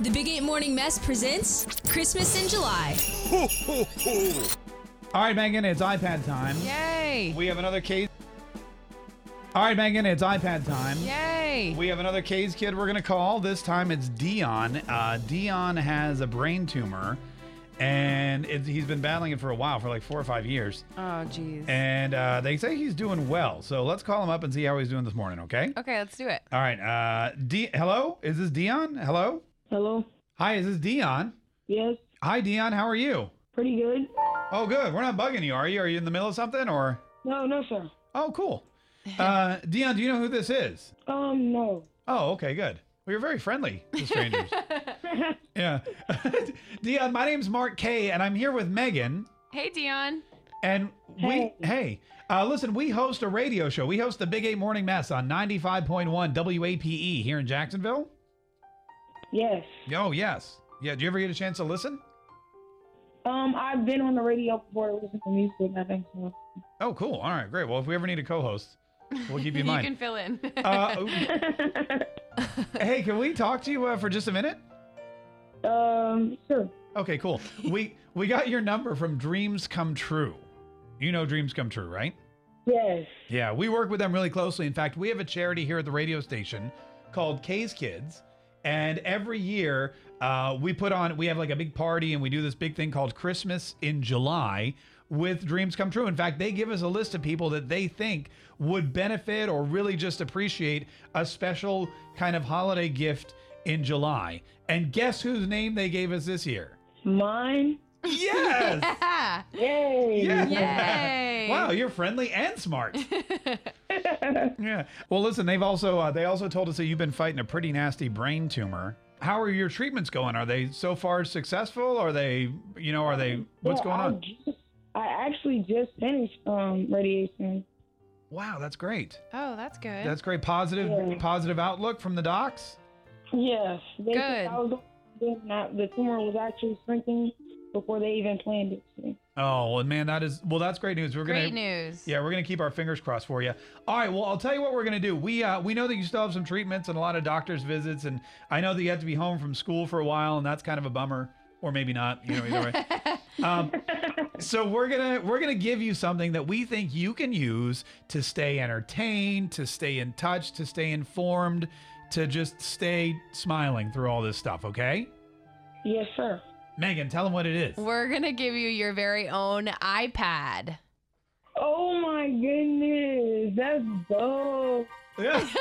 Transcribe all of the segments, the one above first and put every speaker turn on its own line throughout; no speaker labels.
The Big Eight Morning Mess presents Christmas in July.
All right, Megan, it's iPad time.
Yay!
We have another case. All right, Megan, it's iPad time.
Yay!
We have another K's kid we're going to call. This time it's Dion. Uh, Dion has a brain tumor, and it, he's been battling it for a while, for like four or five years.
Oh, jeez.
And uh, they say he's doing well. So let's call him up and see how he's doing this morning, okay?
Okay, let's do it.
All right. Uh, D- Hello? Is this Dion? Hello?
Hello.
Hi, is this Dion?
Yes.
Hi, Dion. How are you?
Pretty good.
Oh, good. We're not bugging you, are you? Are you in the middle of something or?
No, no, sir.
Oh, cool. Uh, Dion, do you know who this is?
Um, no.
Oh, okay, good. Well, you're very friendly to strangers. yeah. Dion, my name's Mark Kay, and I'm here with Megan.
Hey, Dion.
And
Hey.
we, hey, uh, listen, we host a radio show. We host the Big Eight Morning Mess on 95.1 WAPE E here in Jacksonville.
Yes.
Oh, yes. Yeah, do you ever get a chance to listen?
Um, I've been on the radio before to listen to music. I think so.
Oh, cool. All right, great. Well, if we ever need a co host, we'll keep you
You
in mind.
can fill in.
uh, hey, can we talk to you uh, for just a minute?
um, sure.
Okay, cool. We we got your number from Dreams Come True. You know Dreams Come True, right?
Yes.
Yeah, we work with them really closely. In fact, we have a charity here at the radio station called K's Kids, and every year uh, we put on we have like a big party and we do this big thing called Christmas in July with Dreams Come True. In fact, they give us a list of people that they think would benefit or really just appreciate a special kind of holiday gift in July. And guess whose name they gave us this year?
Mine.
Yes.
yeah.
Yay.
Yeah.
Yay.
Wow, you're friendly and smart. yeah. Well, listen, they've also uh, they also told us that you've been fighting a pretty nasty brain tumor. How are your treatments going? Are they so far successful? Are they, you know, are they what's
Yeah,
going
I
on?
just- I actually just finished um radiation.
Wow, that's great.
Oh, that's good.
That's great. Positive
Yeah.
positive outlook from the docs.
Yes. They
Good.
I was doing that. The tumor was actually shrinking before they even planned it. So.
Oh, well, man, that is well, that's great news. We're
Great
gonna
news.
Yeah, we're gonna keep our fingers crossed for you. All right. Well, I'll tell you what we're gonna do. We uh, we know that you still have some treatments and a lot of doctors' visits, and I know that you have to be home from school for a while, and that's kind of a bummer, or maybe not. You know, either way. um, so we're gonna we're gonna give you something that we think you can use to stay entertained, to stay in touch, to stay informed, to just stay smiling through all this stuff. Okay,
Yes, sir.
Megan, tell them what it is.
We're going to give you your very own iPad.
Oh my goodness, that's dope.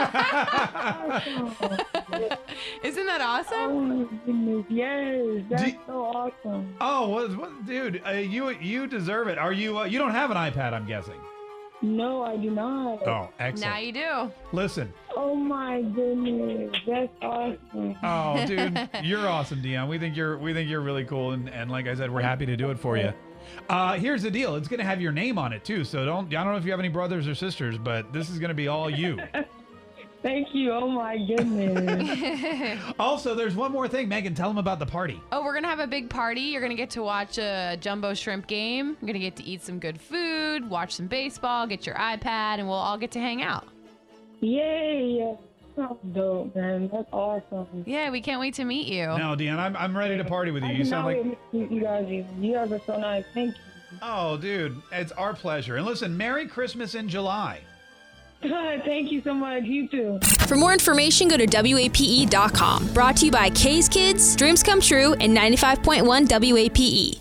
Yeah.
Isn't that awesome?
Oh my goodness, yes, that's
Do-
so awesome.
Oh, what, what dude? Uh, you you deserve it. Are you? Uh, you don't have an iPad, I'm guessing.
No, I do not.
Oh,
Now you do.
Listen.
Oh my goodness, that's awesome.
Oh, dude, you're awesome, Dion. We think you're we think you're really cool, and and like I said, we're happy to do it for you. Uh, here's the deal. It's gonna have your name on it too. So don't. I don't know if you have any brothers or sisters, but this is gonna be all you.
Thank you. Oh my goodness.
also, there's one more thing, Megan. Tell them about the party.
Oh, we're going to have a big party. You're going to get to watch a jumbo shrimp game. You're going to get to eat some good food, watch some baseball, get your iPad, and we'll all get to hang out.
Yay! That's dope, man. That's awesome.
Yeah, we can't wait to meet you.
No, Dion, I'm I'm ready to party with you.
I
You
cannot
sound like
wait to meet you guys. Even. You guys are so nice. Thank you.
oh, dude, it's our pleasure. And listen, Merry Christmas in July.
Thank you so much. You too.
For more information, go to E WAPE.com. Brought to you by K's Kids, Dreams Come True, and 95.1 WAPE.